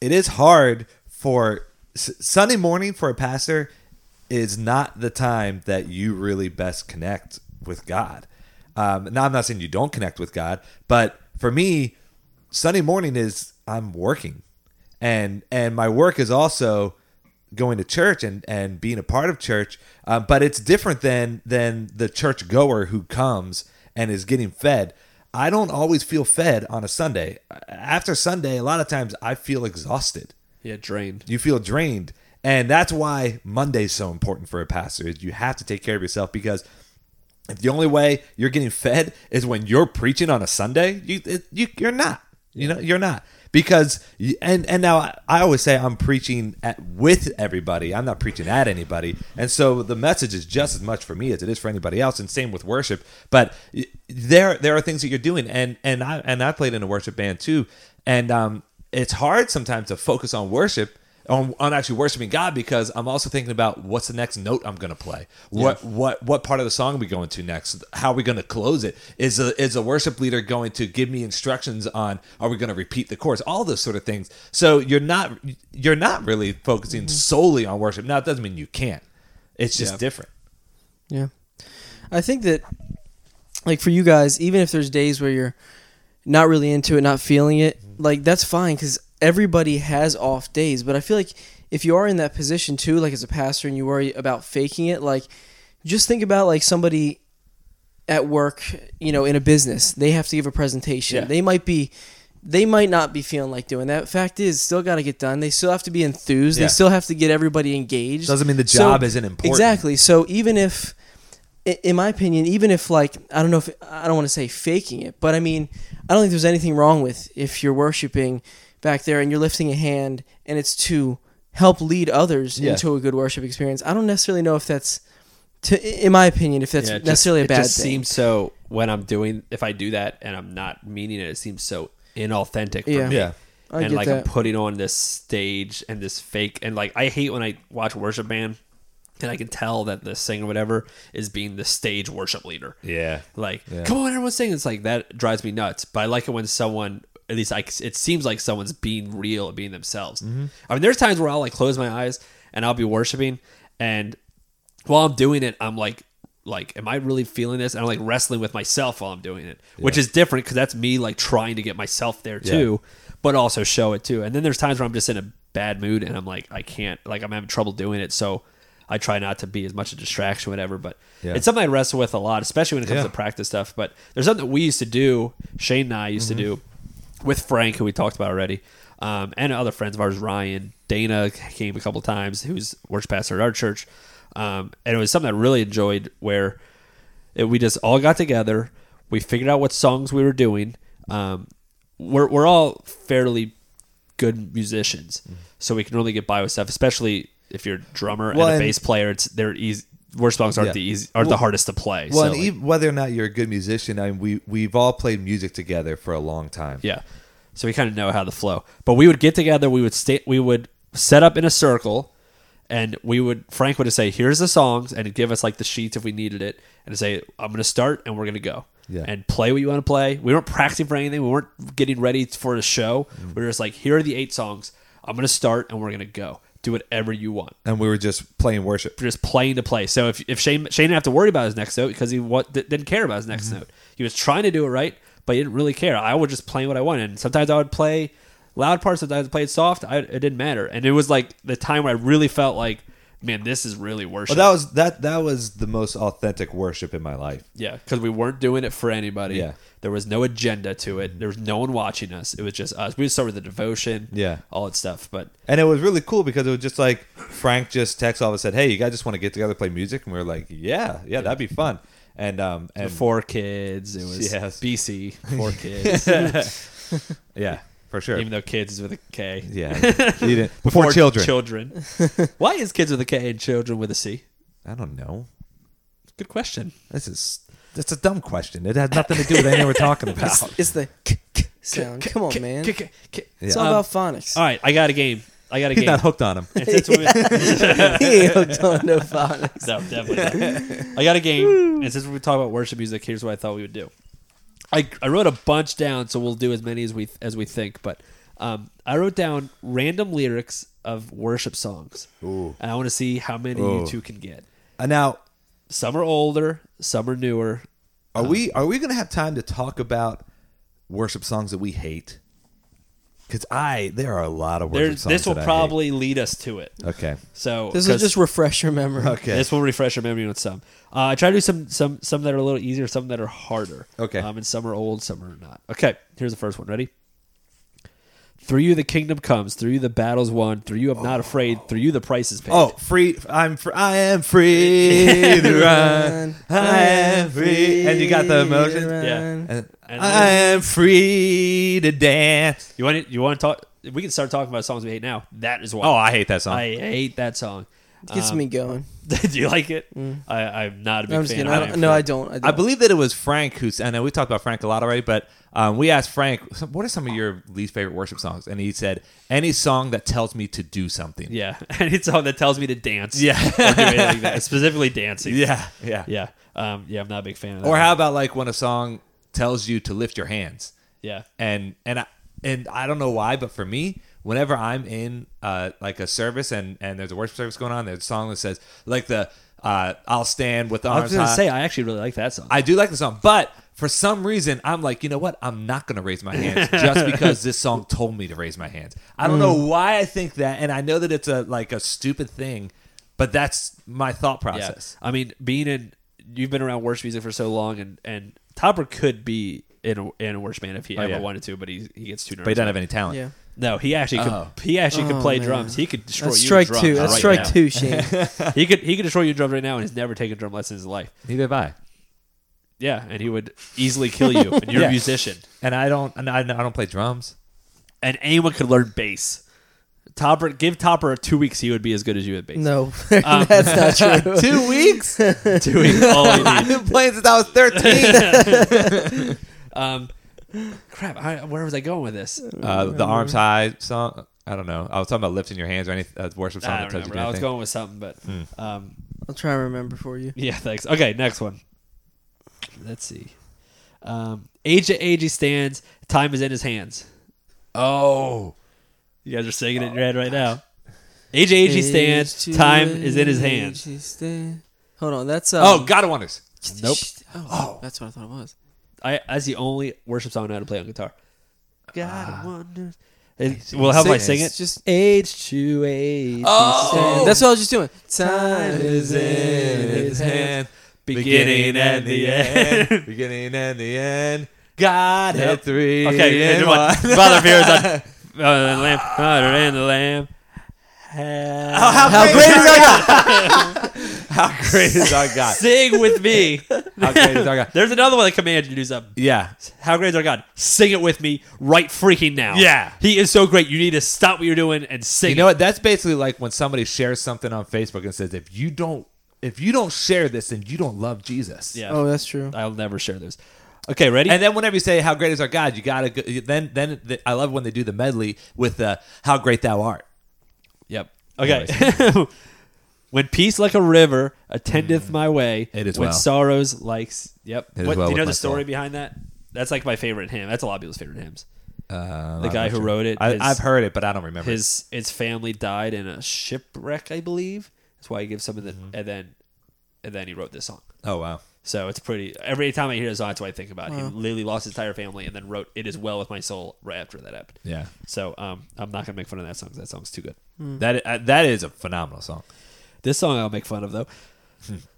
it is hard for S- Sunday morning for a pastor is not the time that you really best connect with God. Um, now, I'm not saying you don't connect with God, but for me, Sunday morning is I'm working, and and my work is also going to church and and being a part of church. Um, but it's different than than the church goer who comes and is getting fed. I don't always feel fed on a Sunday. After Sunday, a lot of times I feel exhausted. yeah, drained. You feel drained. And that's why Monday is so important for a pastor. Is you have to take care of yourself because if the only way you're getting fed is when you're preaching on a Sunday, you it, you you're not. You know, you're not because you- and and now I, I always say I'm preaching at, with everybody. I'm not preaching at anybody, and so the message is just as much for me as it is for anybody else. And same with worship. But y- there there are things that you're doing, and and I and I played in a worship band too, and um, it's hard sometimes to focus on worship on, on actually worshiping God because I'm also thinking about what's the next note I'm going to play. What what what part of the song are we going to next? How are we going to close it? Is a, is a worship leader going to give me instructions on are we going to repeat the chorus? All those sort of things. So you're not you're not really focusing solely on worship. Now it doesn't mean you can't. It's just Yeah. different. Yeah. I think that like for you guys, even if there's days where you're not really into it, not feeling it, Mm-hmm. like that's fine cuz everybody has off days, but I feel like if you are in that position too, like as a pastor and you worry about faking it, like just think about like somebody at work, you know, in a business, they have to give a presentation. Yeah. They might be they might not be feeling like doing that. Fact is, still got to get done. They still have to be enthused. Yeah. They still have to get everybody engaged. Doesn't mean the So- job isn't important. Exactly. So even if, i- in my opinion, even if like I don't know if I don't want to say faking it, but I mean I don't think there's anything wrong with if you're worshiping back there and you're lifting a hand and it's to help lead others Yeah. into a good worship experience. I don't necessarily know if that's, to, in my opinion, if that's Yeah, it just- necessarily a bad It just thing. seems so when I'm doing if I do that and I'm not meaning it, it seems so inauthentic. For Yeah. me. Yeah. I and get like I'm that. putting on this stage and this fake and like I hate when I watch worship band and I can tell that the singer whatever is being the stage worship leader. Yeah. Like, Yeah. come on, everyone's singing. It's like that drives me nuts. But I like it when someone, at least I, it seems like someone's being real and being themselves. Mm-hmm. I mean, there's times where I'll like close my eyes and I'll be worshiping, and while I'm doing it, I'm like, like, am I really feeling this? And I'm like wrestling with myself while I'm doing it, which is different because that's me like trying to get myself there too, but also show it too. And then there's times where I'm just in a bad mood and I'm like, I can't, like, I'm having trouble doing it, so. I try not to be as much a distraction, whatever, but Yeah. it's something I wrestle with a lot, especially when it comes Yeah. to practice stuff. Mm-hmm. But there's something that we used to do, Shane and I used to do with Frank, who we talked about already. um, and other friends of ours, Ryan, Dana came a couple times, who's worship pastor at our church, um, and it was something I really enjoyed where it, we just all got together, we figured out what songs we were doing. Um, we're we're all fairly good musicians, Mm-hmm. so we can really get by with stuff, especially if you're a drummer Well, and a and- bass player. It's they're easy. Worst songs aren't Yeah. the easy, aren't the Well- hardest to play. Well, so and like- even whether or not you're a good musician, I mean, we we've all played music together for a long time. Yeah. So we kind of know how the flow. But we would get together, we would stay we would set up in a circle and we would Frank would say, "Here's the songs," and he'd give us like the sheets if we needed it, and say, "I'm going to start and we're going to go." Yeah. And play what you want to play. We weren't practicing for anything. We weren't getting ready for the show. Mm. We were just like, "Here are the eight songs. I'm going to start and we're going to go. Do whatever you want." and we were just playing worship. just playing to play. So if, if Shane Shane didn't have to worry about his next note because he wa- di- didn't care about his next Mm-hmm. note. He was trying to do it right, but he didn't really care. I would just play what I wanted. And sometimes I would play loud parts, sometimes I would play it soft. I, it didn't matter. And it was like the time where I really felt like, man, this is really worship. Well, that was that that was the most authentic worship in my life. yeah, because we weren't doing it for anybody. Yeah. There was no agenda to it. There was no one watching us. It was just us. We would start with the devotion. Yeah. All that stuff. But And it was really cool because it was just like Frank just texted all of us said, "Hey, you guys just want to get together, play music?" And we were like, "Yeah, yeah, that'd be fun." And um and four kids. It was Yes. BC, four kids. yeah, for sure. Even though kids is with a K. yeah, you didn't- before children. Children. Why is kids with a K and children with a C? I don't know. Good question. This is that's a dumb question. It has nothing to do with anything we're talking about. It's the k- k- sound. Come on, man. K- k- k- It's Um, all about phonics. all right, I got a game. I got a He's game. not hooked on him. It's- it's- he ain't hooked on no phonics. no, definitely not. I got a game. And since we talk about worship music, here's what I thought we would do. I, I wrote a bunch down, so we'll do as many as we as we think. But um, I wrote down random lyrics of worship songs, and I want to see how many you Ooh. two can get. Uh, Now, Some are older, some are newer. are we are we gonna have time to talk about worship songs that we hate? Because I there are a lot of worship There, songs. this will that I hate. probably lead us to it. okay. So This will 'cause- just refresh your memory. Okay. This will refresh your memory on some. Uh, I try to do some some some that are a little easier, some that are harder. Okay. Um, and some are old, some are not. Okay. Here's the first one. Ready? Through you the kingdom comes. Through you the battles won. Through you I'm not afraid. Through you the price is paid. Oh, free! I'm fr- I am free to run. I am free, and you got the emotion. Yeah. And And I am free to dance. You want to, you want to talk? We can start talking about songs we hate now. That is why. Oh, I hate that song. I hate that song. Gets Um, me going. do you like it? I, I'm not a big I'm just fan. kidding. of I it. don't, Mm. no, I don't. I, don't. I believe that it was Frank who's. I know we talked about Frank a lot already, but um, we asked Frank, "What are some of your least favorite worship songs?" And he said, "Any song that tells me to do something." Yeah, and it's song that tells me to dance. Yeah. Or do anything like that. specifically dancing. yeah, yeah. yeah, um, yeah. I'm not a big fan of that. Or one. how about like when a song tells you to lift your hands? Yeah. and and I, and I don't know why, but for me, whenever I'm in uh, like a service and and there's a worship service going on, there's a song that says like the uh, "I'll stand with the I arms was gonna high." say I actually really like that song. I do like the song, but for some reason, I'm like, you know what? I'm not gonna raise my hands just because this song told me to raise my hands. I don't Mm. know why I think that, and I know that it's a like a stupid thing, but that's my thought yeah. process. I mean, being in you've been around worship music for so long, and and Topper could be in a, in a worship band if he ever Oh, yeah. wanted to, but he he gets too nervous. But he doesn't have any talent. yeah. no, he actually could. Oh. He actually could Oh, play man. drums. He could destroy That's you. strike in drums two. That's right strike now. two, Shane. He could he could destroy you in drums right now, and he's never taken drum lessons in his life. Neither have I. Yeah, and he would easily kill you. And you're Yeah. a musician, And I don't. And I, I don't play drums. and anyone could learn bass. Topper, give Topper two weeks, he would be as good as you at bass. No, that's not true. Two weeks. Two weeks, all he needs. I've been playing since I was thirteen. Um, crap, I, where was I going with this? Uh, the arms high song. I don't know. I was talking about lifting your hands or any uh, worship song I that don't tells you remember. to I do was anything. going with something, but Hmm. um, I'll try and remember for you. yeah, thanks. Okay, next one. Let's see. Um, age to age he stands. Time is in his hands. Oh, You guys are singing it in your head right now. Age to age he stands. Time is in his hands. Hold on, that's um, oh, God of Wonders. Nope. Oh, that's what I thought it was. I that's the only worship song I know how to play on guitar. Ah. God wonders. It, well, how do I Sing- sing it? it's just- age to age. Oh, And that's what I was just doing. Time Is in his hand, beginning and the end, beginning and the end. God had three. Okay, in and one. what- Father Fear is on uh, the lamb, hotter and the lamb. How great is our God? How great is our God? Sing with me. How great is our God? There's another one that commands you to do something. Yeah. How great is our God? Sing it with me right freaking now. Yeah. He is so great. You need to stop what you're doing and sing. You know it. what? That's basically like when somebody shares something on Facebook and says, "If you don't, if you don't share this, then you don't love Jesus." Yeah. Oh, that's true. I'll never share those. Okay, ready? And then whenever you say, "How great is our God," you gotta go, then then the, I love when they do the medley with uh, "How great Thou art." yep. Okay. when peace like a river attendeth my way, Mm. It is when well. sorrows like s- yep. It is What, well do you with know my the story soul. behind that? That's like my favorite hymn. That's a lot of people's favorite hymns. Um, The guy who wrote it, I, his- I've heard it, but I don't remember. it. His his family died in a shipwreck, I believe. That's why he gives some of the Mm-hmm. and then and then he wrote this song. Oh wow. So it's pretty. Every time I hear his song, that's what I think about. He literally lost his entire family and then wrote "It Is Well with My Soul" right after that happened. Yeah. So um, I'm not gonna make fun of that song. 'cause That song's too good. That uh, that is a phenomenal song. This song I'll make fun of though.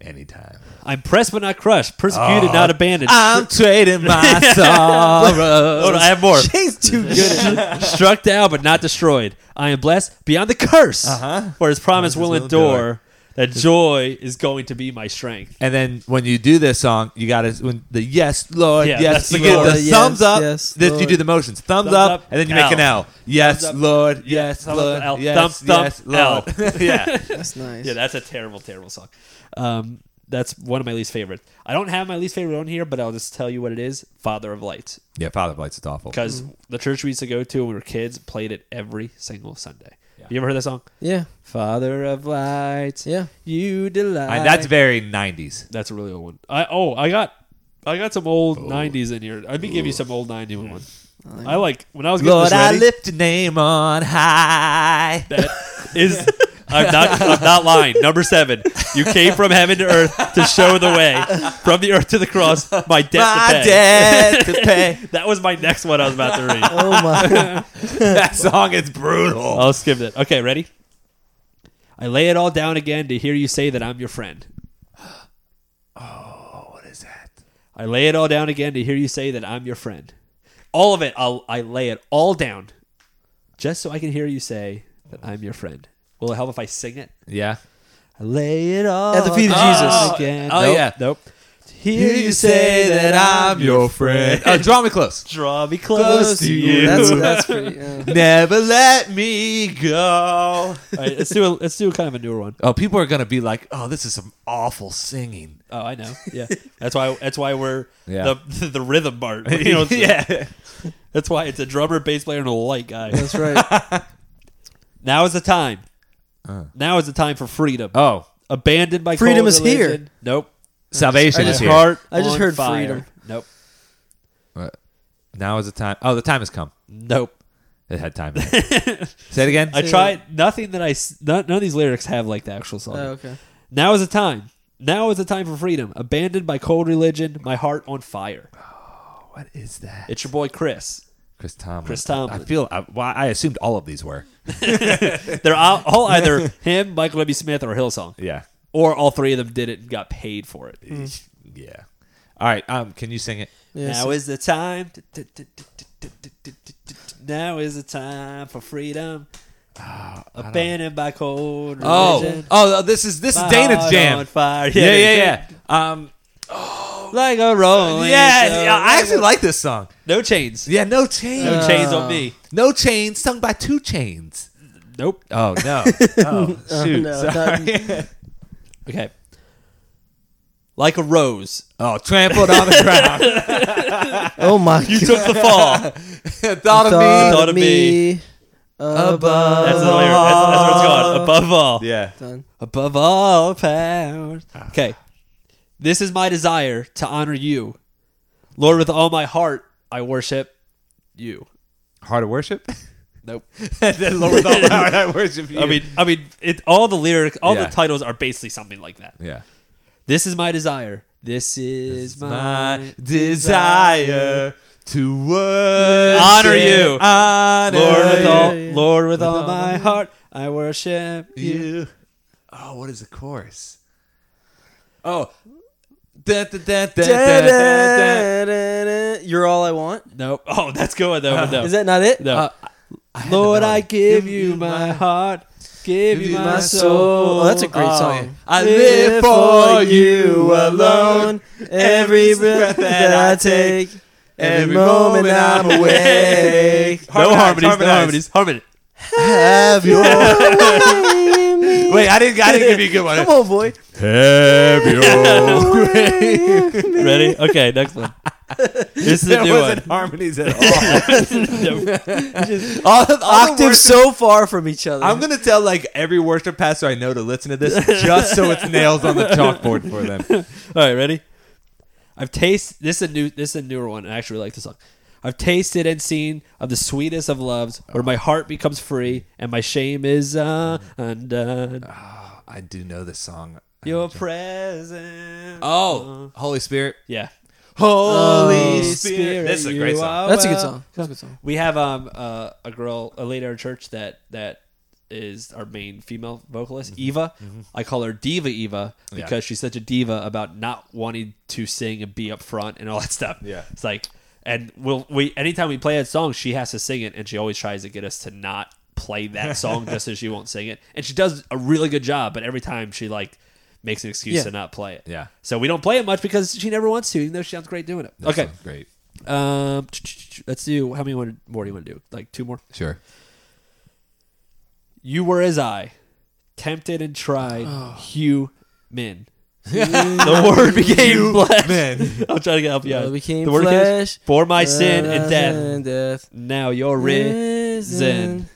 Anytime. I'm pressed but not crushed, persecuted not abandoned. I'm trading my sorrows. Hold on, I have more. Shane's too good. At, Struck down but not destroyed. I am blessed beyond the curse, uh-huh. for His promise will will endure. That joy is going to be my strength. And then when you do this song, you got to when the yes Lord, Yeah, yes that's the you get Lord. the Yes, thumbs up. yes, this you Lord. do the motions, thumbs, Thumbs up, up, and then you L. make an L. Yes up, Lord, yes thumbs up, Lord, L. yes, Thumb, thumb, yes Lord. yeah, that's nice. Yeah, that's a terrible, terrible song. Um, that's one of my least favorites. I don't have my least favorite on here, but I'll just tell you what it is: "Father of Lights," yeah. Father Blights, it's awful. because the church we used to go to when we were kids played it every single Sunday. You ever heard that song? yeah. Father of Lights, Yeah. you delight. And that's very '90s. that's a really old one. I oh, I got I got some old '90s in here. Let me give you some old '90s ones. I like when I was getting Lord, this I ready. lift your name on high. That is. I'm not. I'm not lying. Number seven. You came from heaven to earth to show the way. From the earth to the cross, my debt to my pay. debt to pay. That was my next one I was about to read. Oh my. that song is brutal. I'll skip that. Okay, ready? I lay it all down again to hear you say that I'm your friend. Oh, What is that? I lay it all down again to hear you say that I'm your friend. All of it. I'll, I lay it all down, just so I can hear you say that I'm your friend. Will it help if I sing it? Yeah. I lay it all At the feet of down Jesus. Again. Oh, Nope, yeah. Nope. To hear you say that I'm your friend. Oh, draw me close. Draw me Close close to to you. you. That's that's pretty. Yeah. Never let me go. All right, let's do a, let's do kind of a newer one. Oh, people are gonna be like, "Oh, this is some awful singing." Oh, I know. Yeah, that's why that's why we're Yeah. the the rhythm part. You know, yeah, that's why it's a drummer, bass player, and a light guy. That's right. Now is the time. Uh. Now is the time for freedom. Oh, Abandoned by Freedom cold is here. religion. Nope. salvation I is just here. Heart. I just on heard fire. freedom. Nope. What? Now is the time. Oh, the time has come. Nope. It had time. in it. Say it again. I tried nothing that I s- none, none of these lyrics have like the actual song. Oh, okay. Now is the time. Now is the time for freedom. Abandoned by cold religion, my heart on fire. what is that? It's your boy Chris. Chris Tomlin. Chris Tomlin. I feel. I, why I assumed all of these were. They're all, all either him, Michael W. Smith, or Hillsong, Yeah. or all three of them did it and got paid for it. Yeah. All right. Um. Can you sing it? Yeah, now so- is the time. Now is the time for freedom. Abandoned by cold Ah, Oh. religion. Oh. This is this is My Dana's heart jam. On fire. Yeah. Yeah. Yeah. Um. Like a rolling. Yeah. stone. yeah, I actually Ah. like this song. no chains. Yeah. No chains. Uh, No chains on me. No chains. Sung by two chains. Nope. Oh no! Oh shoot! no, Sorry. Okay. Like a rose. Oh, trampled on the ground. Oh my. You Took the fall. Thought of me. Thought of me Oh, above. That's the lyric. That's, that's where it's gone. Above all. Yeah. Done. Above all powers. Okay. This is my desire to honor you. Lord, with all my heart, I worship you. Heart of worship. Nope. then Lord, with all my heart, I worship you. I mean, I mean, it, all the lyrics, all Yeah. the titles are basically something like that. yeah. This is my desire. This is My my desire to worship, Honor you. honor Lord with all, Yeah. Lord with all my heart, I worship you. you. Oh, what is the chorus? Oh. Da, da, da, da, da, da, da. You're all I want. Nope. Oh, that's good though. but no. Is that not it? no. Uh, had Lord, the I melody. give you my heart, give you my soul. Oh, that's a great song. yeah. I live for you alone. Every breath that I take, every moment I'm awake. No harmonies, no harmonize. harmonies, harmony. Have your Wait, wait. I didn't. I didn't give you a good one. come on, boy. Have your Ready? Okay, next one. This is a there new one. wasn't harmonies at all. No. all, the- all the Octaves worship- so far from each other. I'm gonna tell like every worship pastor I know to listen to this just so it's nails on the chalkboard for them. All right, ready? I've tasted this is a new this is a newer one. and I actually like this song. I've tasted and seen of the sweetest of loves, where my heart becomes free and my shame is uh, undone. Ah, Oh, I do know this song. Your presence. Oh, Holy Spirit. yeah. Holy Spirit, This is a great you song. are Oh, That's a good wel- song. That's a good song. We have um uh, a girl, a lady at our church that that is our main female vocalist, Eva. I call her Diva Eva because she's such a diva about not wanting to sing and be up front and all that stuff. Yeah. it's like, and we'll we anytime we play a song, she has to sing it, and she always tries to get us to not play that song just so she won't sing it, and she does a really good job. But every time she like makes an excuse Yeah. to not play it. Yeah. So we don't play it much because she never wants to, even though she sounds great doing it. This okay. one's great. Um, let's do. How many wanna- more do you want to do? Like two more. Sure. You were as I, tempted and tried, human. Oh. the word became flesh. I'm trying to get help you out. Love became the word flesh. for my sin and death. And death. Now you're risen.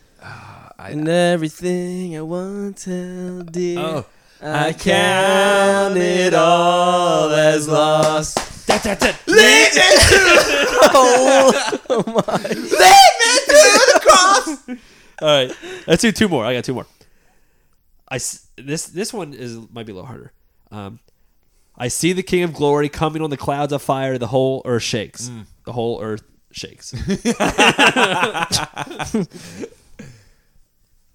And everything I once held uh, dear. Oh. I count it all as lost. Da, da, da. Oh, All right, let's do two more. I got two more. I s- this this one is might be a little harder. Um, I see the King of Glory coming on the clouds of fire. The whole earth shakes. Mm. The whole earth shakes.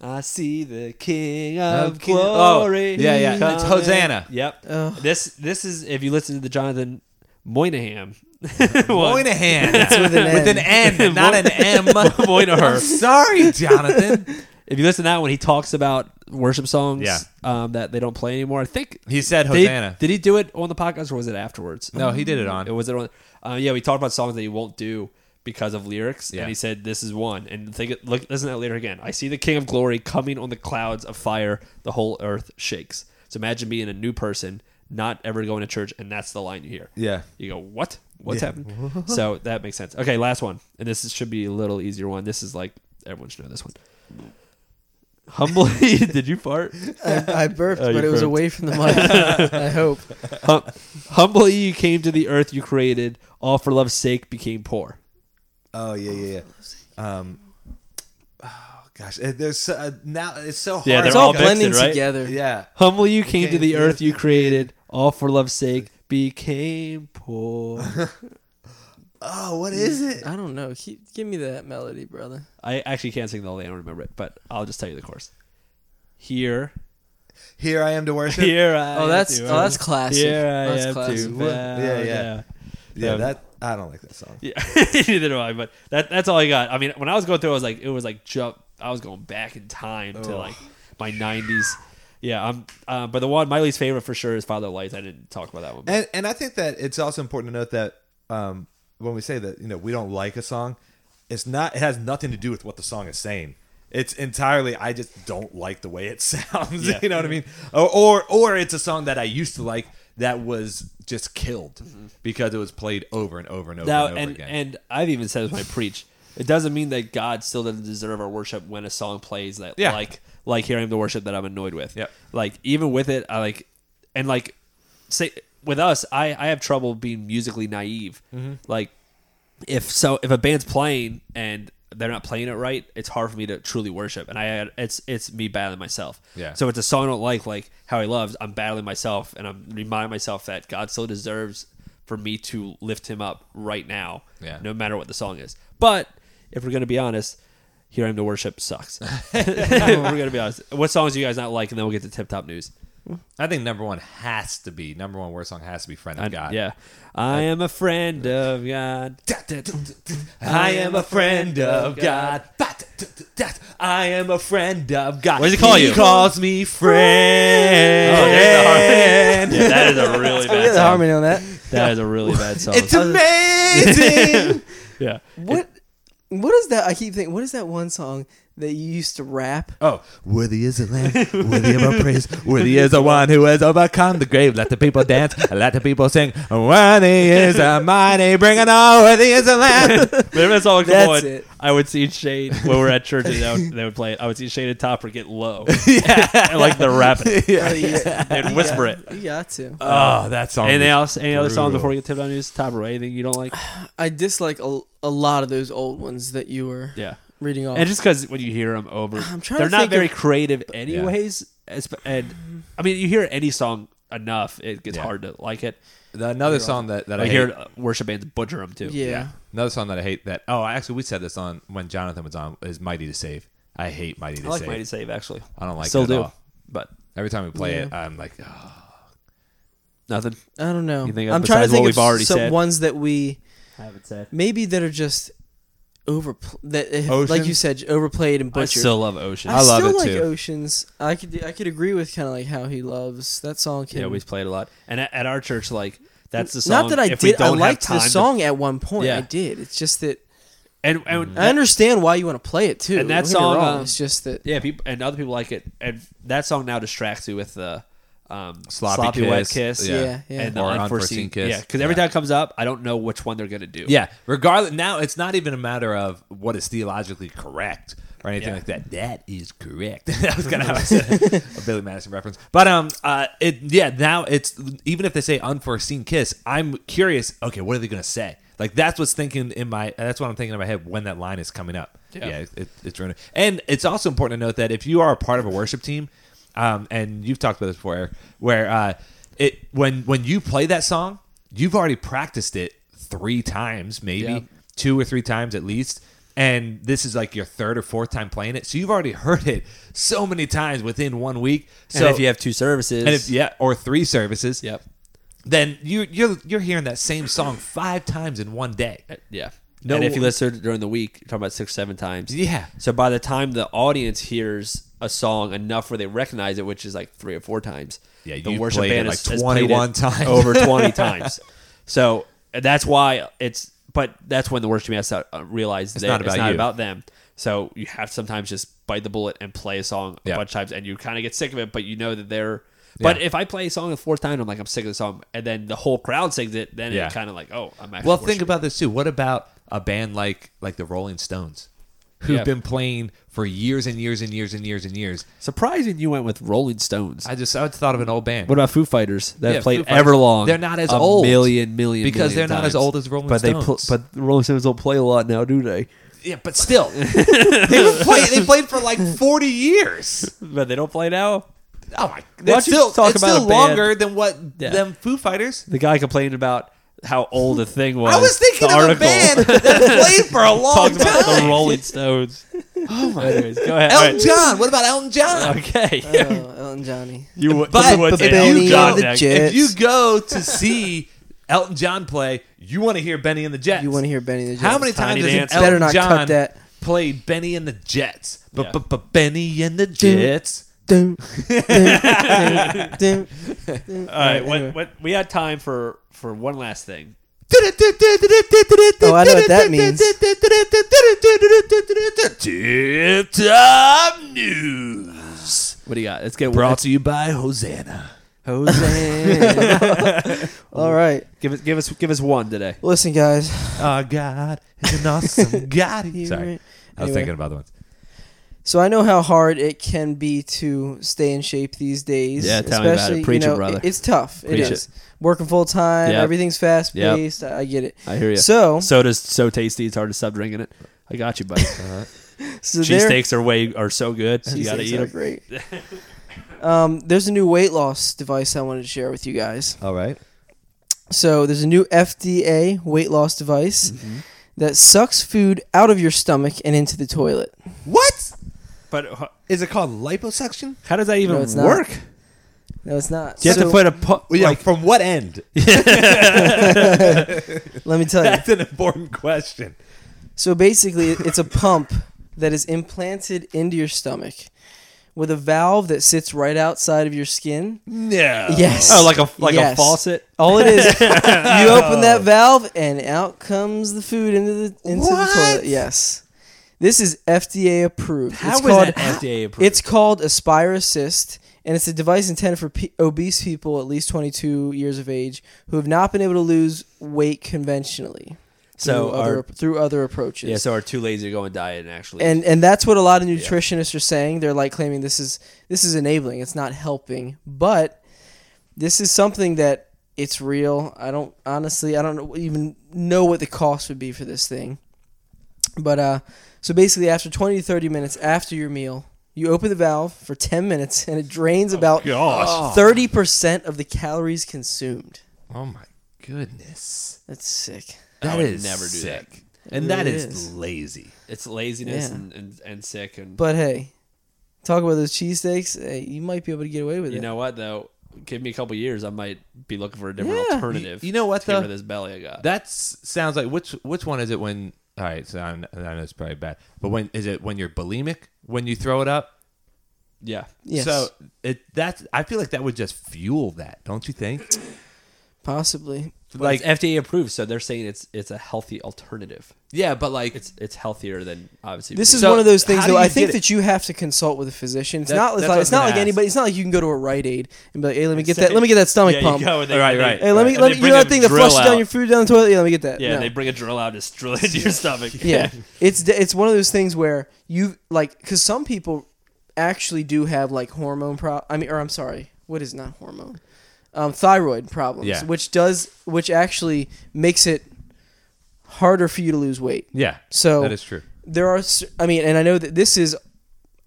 I see the King of King- Glory. oh, yeah, yeah. It's coming. Hosanna. Yep. Ugh. This this is if you listen to the Jonathan Moynihan. one. Moynihan. with an With an N. N, not an M. Moynihan. I'm sorry, Jonathan. If you listen to that one, he talks about worship songs Yeah. um, that they don't play anymore. I think He said they- Hosanna. did he do it on the podcast or was it afterwards? no, he did it on. it was it on. Uh, yeah, we talked about songs that he won't do because of lyrics, Yeah. and he said this is one. And think, look, listen to that later again. I see the King of Glory coming on the clouds of fire. The whole earth shakes. So imagine being a new person, not ever going to church, and that's the line you hear. Yeah. You go, what? What's happening? so that makes sense. Okay, last one, and this is, should be a little easier one. This is like everyone should know this one. Humbly, did you fart? I, I burped, Oh, you but it was burped. away from the mic. I hope. Hum- humbly you came to the earth you created, all for love's sake became poor. Oh yeah, yeah, yeah. Um, oh gosh, Uh, there's so- uh, now it's so hard. Yeah, they're It's all all mixed, blending right? together. Yeah. Humbly you came to Came the to earth you created, all for love's sake became poor. Oh, what is it? I don't know. Keep, give me that melody, brother. I actually can't sing the whole thing, I don't remember it, but I'll just tell you the chorus. Here, Here I am to worship. here I Oh, that's am oh, to- that's classic. Here I that's am classic. too. Yeah, yeah. yeah. Yeah, Um, that I don't like that song. Yeah, neither do I. But that that's all I got. I mean, when I was going through, I was like, it was like jump. I was going back in time to like my '90s. Yeah, I'm. Uh, but the one my least favorite for sure is Father of Lights. I didn't talk about that one. but- And and I think that it's also important to note that um, when we say that you know we don't like a song, it's not it has nothing to do with what the song is saying. It's entirely I just don't like the way it sounds. Yeah. you know what I mean? Or, or or it's a song that I used to like that was just killed because it was played over and over and over Mm-hmm. now, and over and again. and I've even said this when I preach. It doesn't mean that God still doesn't deserve our worship when a song plays that Yeah. like like hearing the worship that I'm annoyed with. Yep. Like even with it, I like and like say with us, I I have trouble being musically naive. Like if so if a band's playing and they're not playing it right, it's hard for me to truly worship, and I it's it's me battling myself. Yeah. So if it's a song I don't like, like how he loves, I'm battling myself, and I'm reminding myself that God still deserves for me to lift him up right now, Yeah. no matter what the song is. But if we're gonna be honest, here I am to worship sucks. If we're gonna be honest. What songs do you guys not like, and then we'll get to tip top news. I think number one has to be number one worst song has to be "Friend of I, God." Yeah. I am a friend of God. I am a friend of God. I am a friend of God. What does he call you? calls me friend. Oh, there's the harmony. Yeah, that is a really I get bad the song. harmony on that. That is a really bad song. It's amazing. yeah. What? What is that? I keep thinking. What is that one song that you used to rap? oh, worthy is the Lamb, worthy of our praise, worthy is the one who has overcome the grave. Let the people dance, let the people sing. Worthy is the mighty, bringing all. Worthy is the Lamb. Whenever that song would come That's on, it. I would see Shade when we were at church and they would, they would play it. I would see Shade at top or get low. I like the rapping. Oh, yeah. They'd whisper it. You got to. Oh, that song. Anything was- else? Any other song brutal. before we get tipped on news? Top or anything you don't like? I dislike a, a lot of those old ones that you were Yeah. reading off. And just because when you hear them over, I'm trying they're to not think very of- Mm-hmm. creative, anyways. As, and I mean, you hear any song enough, it gets Yeah. hard to like it. The- Another song that, that I, I hate- hear uh, worship bands butcher them too. yeah. Another song that I hate that oh actually we said this on when Jonathan was on is Mighty to Save. I hate Mighty to I like Save. Mighty Save actually. I don't like Still it at do, all. but Every time we play it, I'm like, oh, nothing. I don't know. You think of- I'm trying to besides what think of we've already some said? ones that we I haven't said. maybe that are just over that have- like Ocean? you said overplayed and I butchered. still love Ocean. I I love still it, like too. oceans. I could I could agree with kind of like how he loves that song. Can, yeah, we play it a lot. And at, at our church, like that's the song. not that I if We did. I don't have liked the time to- song at one point. Yeah. I did. It's just that and and I understand why you want to play it too. And that Don't get me song, wrong, um, it's just that yeah, people and other people like it. And that song now distracts you with the um, Sloppy wet Kiss. kiss. Yeah. Yeah, yeah. And the Or unforeseen, Unforeseen Kiss. Yeah, because every Yeah. time it comes up, I don't know which one they're gonna do. yeah. Regardless, now it's not even a matter of what is theologically correct or anything Yeah. like that. That is correct. that was kind of how I said it. a Billy Madison reference. But um, uh, it yeah. Now it's even if they say unforeseen kiss, I'm curious. Okay, what are they gonna say? Like that's what's thinking in my. That's what I'm thinking in my head when that line is coming up. Yeah. Yeah, it, it, it's ruined. And it's also important to note that if you are a part of a worship team, um, and you've talked about this before, Eric, where uh, it when when you play that song, you've already practiced it three times, maybe Yeah. two or three times at least. And this is like your third or fourth time playing it, so you've already heard it so many times within one week. And So if you have two services, and if, yeah, or three services, yep, then you you're you're hearing that same song five times in one day. yeah. No- and if you listen during the week, you're talking about six, seven times. Yeah. So by the time the audience hears a song enough where they recognize it, which is like three or four times, Yeah, the you've worship played it band like has- has played it 21 times. over twenty times. So that's why it's. But that's when the worship band has to uh, realize that not it's about not you. about them. So you have to sometimes just bite the bullet and play a song a Yeah. bunch of times, and you kind of get sick of it. But you know that they're. But if I play a song the fourth time, I'm like I'm sick of the song, and then the whole crowd sings it, then Yeah. it's kind of like oh, I'm actually Well, worshiping. think about this too. What about a band like like the Rolling Stones, who've Yeah. been playing for years and years and years and years and years? Surprising you went with Rolling Stones. I just I just thought of an old band. what about Foo Fighters that Yeah, played Foo Fighters. Everlong? They're not as a old. million million Because million they're not as times. old as Rolling but Stones. They pl- but Rolling Stones don't play a lot now, do they? yeah, but still, they were playing. They played for like forty years. But they don't play now. Oh my! don't That's you still talk it's about still a band- longer than what Yeah. them Foo Fighters. The guy complained about how old a thing was. I was thinking the of article a band that played for a long talked about the time. Rolling Stones. Oh my! Anyways, go ahead. Elton All John. What about Elton John? right. Okay. oh, Elton Johnny. you would. But you would if say you Elton go- John the next. Jets- if you go to see Elton John play, you want to hear Benny and the Jets. You want to hear Benny the Jet? How many Tiny times has an Dancer. Elton Better not cut John that. played Benny and the Jets? But Yeah. but but Benny and the Jets. Dun, dun, dun, dun, dun. All right. Anyway. What, what, we had time for for one last thing. Oh, I know what that means. Tip top news What do you got? Let's get brought to you by Hosanna. Jose. All right. Give us give us give us one today. Listen, guys. Our God is an awesome God. You Sorry, I was right. Anyway. thinking about the ones. So I know how hard it can be to stay in shape these days. Yeah, tell me about it. Especially, Preach it, you know, brother. it's tough. Preach it is. Working full time, Yep. everything's fast paced. I I get it. I hear you. So, so, Soda's so tasty; it's hard to stop drinking it. I got you, buddy. Cheese there- steaks are way are so good. you cheese gotta steaks eat are them. great. um, there's a new weight loss device I wanted to share with you guys. All right. So there's a new FDA weight loss device Mm-hmm. that sucks food out of your stomach and into the toilet. What But h- is it called? Liposuction? how does that even No, it's not. work? No, it's not. You have So, to put a pu- Well, yeah, like from what end? let me tell you. That's an important question. So basically, it's a pump that is implanted into your stomach with a valve that sits right outside of your skin. No. Yes. Oh, like a like a Yes. faucet. All it is, you open Oh. that valve and out comes the food into the into the toilet. Yes. This is FDA approved. How it's was called that FDA approved? It's called Aspire Assist, and it's a device intended for pe obese people at least 22 years of age who have not been able to lose weight conventionally. So through other, our through other approaches. yeah, so our two lazy to go and diet and actually and and that's what a lot of nutritionists are saying. They're like claiming this is this is enabling. It's not helping, but this is something that it's real. I don't honestly, I don't know- even know what the cost would be for this thing. But uh, so basically, after twenty to thirty minutes after your meal, you open the valve for ten minutes, and it drains about thirty percent of the calories consumed. Oh my goodness. That's sick. I That would is never do that. sick. And that really is, is. lazy. It's laziness Yeah. and, and, and sick and But hey, talk about those cheesesteaks. Hey, you might be able to get away with you it. know what though? Give me a couple years, I might be looking for a different Yeah. alternative. You- you know what, to get rid though? of this belly I got. That sounds like which which one is it when? All right, so I'm, I know it's probably bad, but when is it when you're bulimic when you throw it up? yeah, yes, So it that's I feel like that would just fuel that, don't you think? possibly. like FDA approved, so they're saying it's it's a healthy alternative. Yeah, but like It's it's healthier than obviously. This is So, one of those things, how do though. you I think get it? that you have have to consult with a physician. It's That- not that's like what it's I was not like gonna ask. anybody. It's not like you can go to a Rite Aid and be like, "Hey, let me get that. Let me get that stomach pump. go, and they- Right, they- right. Hey, let me and let they me. You bring know a that thing that drill flushes down out. your food down the toilet. Yeah, let me get that. Yeah, No. they bring a drill out, just drill it into your stomach. yeah. it's it's one of those things where you like because some people actually do have like hormone pro. I mean, or I'm sorry, what is not hormone? Um, thyroid problems, Yeah. which does which actually makes it harder for you to lose weight. yeah, So that is true. there are s- i mean and i know that this is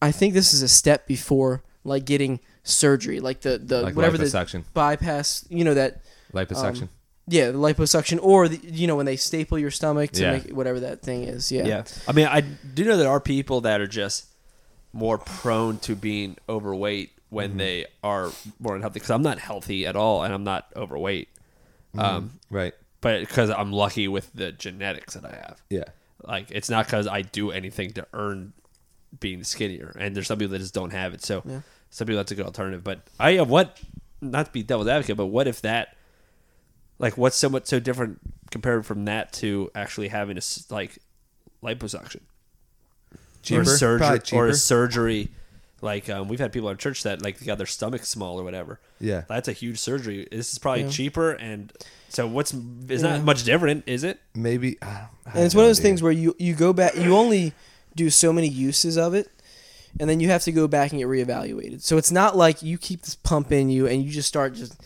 i think this is a step before like getting surgery like the the Like whatever liposuction. the bypass you know that Liposuction. um, yeah the liposuction or the, you know when they staple your stomach to Yeah. make whatever that thing is yeah Yeah. I mean, I do know there are people that are just more prone to being overweight when Mm-hmm. they are more unhealthy because I'm not healthy at all and I'm not overweight. Mm-hmm. Um, Right. but because I'm lucky with the genetics that I have. Yeah. Like, it's not because I do anything to earn being skinnier. And there's some people that just don't have it. So, some people that's a good alternative. But I have what, not to be devil's advocate, but what if that, like, what's so much so different compared from that to actually having a, s- like, liposuction? or Cheaper. surgery Probably or cheaper. a surgery like um, we've had people in church that like they got their stomach small or whatever Yeah. that's a huge surgery this is probably cheaper and so what's it's Yeah. not much different is it Maybe. uh, I don't, I and it's don't one know, of those dude. things where you you go back you only do so many uses of it and then you have to go back and get reevaluated so it's not like you keep this pump in you and you just start just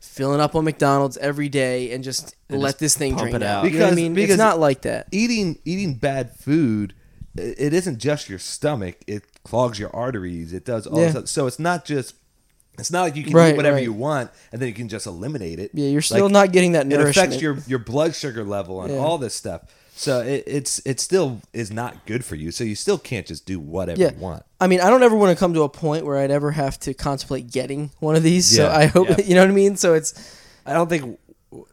filling up on mcdonald's every day and just let this thing pump drain it out out. you know what i Because- mean it's because- not like that eating eating bad food i- it isn't just your stomach it clogs your arteries it does all Yeah. stuff. so it's not just it's not like you can Right, eat whatever right. you want and then you can just eliminate it Yeah, you're still not getting that it affects nourishment. your your blood sugar level and Yeah. all this stuff so it, it's it still is not good for you so you still can't just do whatever yeah. you want I mean, I don't ever want to come to a point where I'd ever have to contemplate getting one of these. So Yeah, I hope yeah. you know what I mean. So it's i don't think w-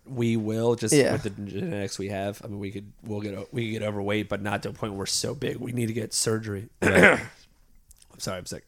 we will just Yeah. with the genetics we have i mean we could we'll get o- we could get overweight but not to a point where we're so big we need to get surgery i'm sorry i'm sick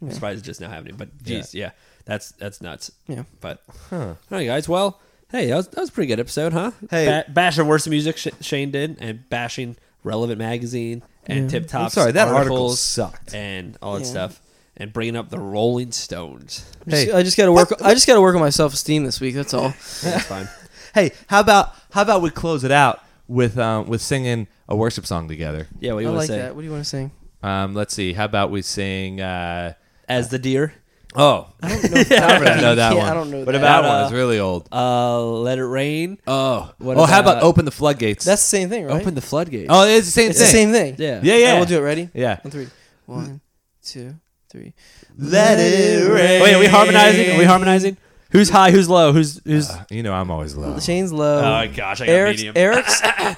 i'm surprised it's just now happening but geez yeah, that's that's nuts Yeah. but all right guys well hey that was, that was a pretty good episode huh Hey. ba- bashing worst music Sh- shane did and bashing relevant magazine and tip top sorry, that article articles sucked. and all that Yeah. stuff and bringing up the rolling stones Hey, I just got to work. I just got to work on my self esteem this week. That's all. that's fine Hey, how about how about we close it out with uh, um, with singing a worship song together? yeah what do I you want like to say that. What do you want to sing? Um, let's see. How about we sing? Uh, as the deer oh, I don't know. I I know that one. I don't know. What that. about that uh, one? It's really old. Uh, let it rain. Oh, what oh, how about about- open the floodgates? That's the same thing, right? Open the floodgates. oh, it's the same it's thing. the same thing. yeah. Yeah, All right, yeah. we'll do it. Ready? Yeah. On three. One, two, three. Let it rain. Wait, are we harmonizing? Are we harmonizing? Who's high? Who's low? Who's who's? Uh, You know, I'm always low. Shane's low. gosh, Oh, I Eric's. Eric's. okay,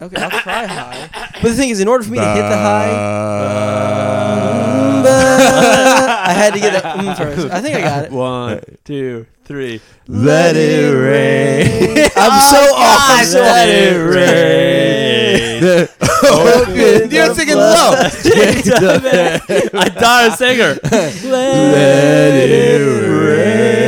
I'll try Uh, high. But the thing is, in order for me to hit the high, I had to get that mm first. I think I got it. One, two, three. Let it rain. Oh, I'm so awful. so let it Oh, awful. rain. Open You're the singing flood- low. I thought a singer. Let it rain.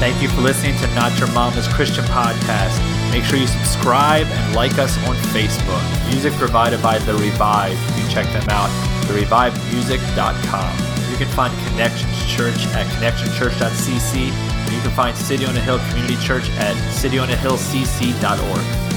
Thank you for listening to Not Your Mama's Christian Podcast. Make sure you subscribe and like us on Facebook. Music provided by The Revive. You can check them out, therevivemusic.com. You can find Connections Church at connectionchurch.cc, and you can find City on a Hill Community Church at cityonahillcc.org.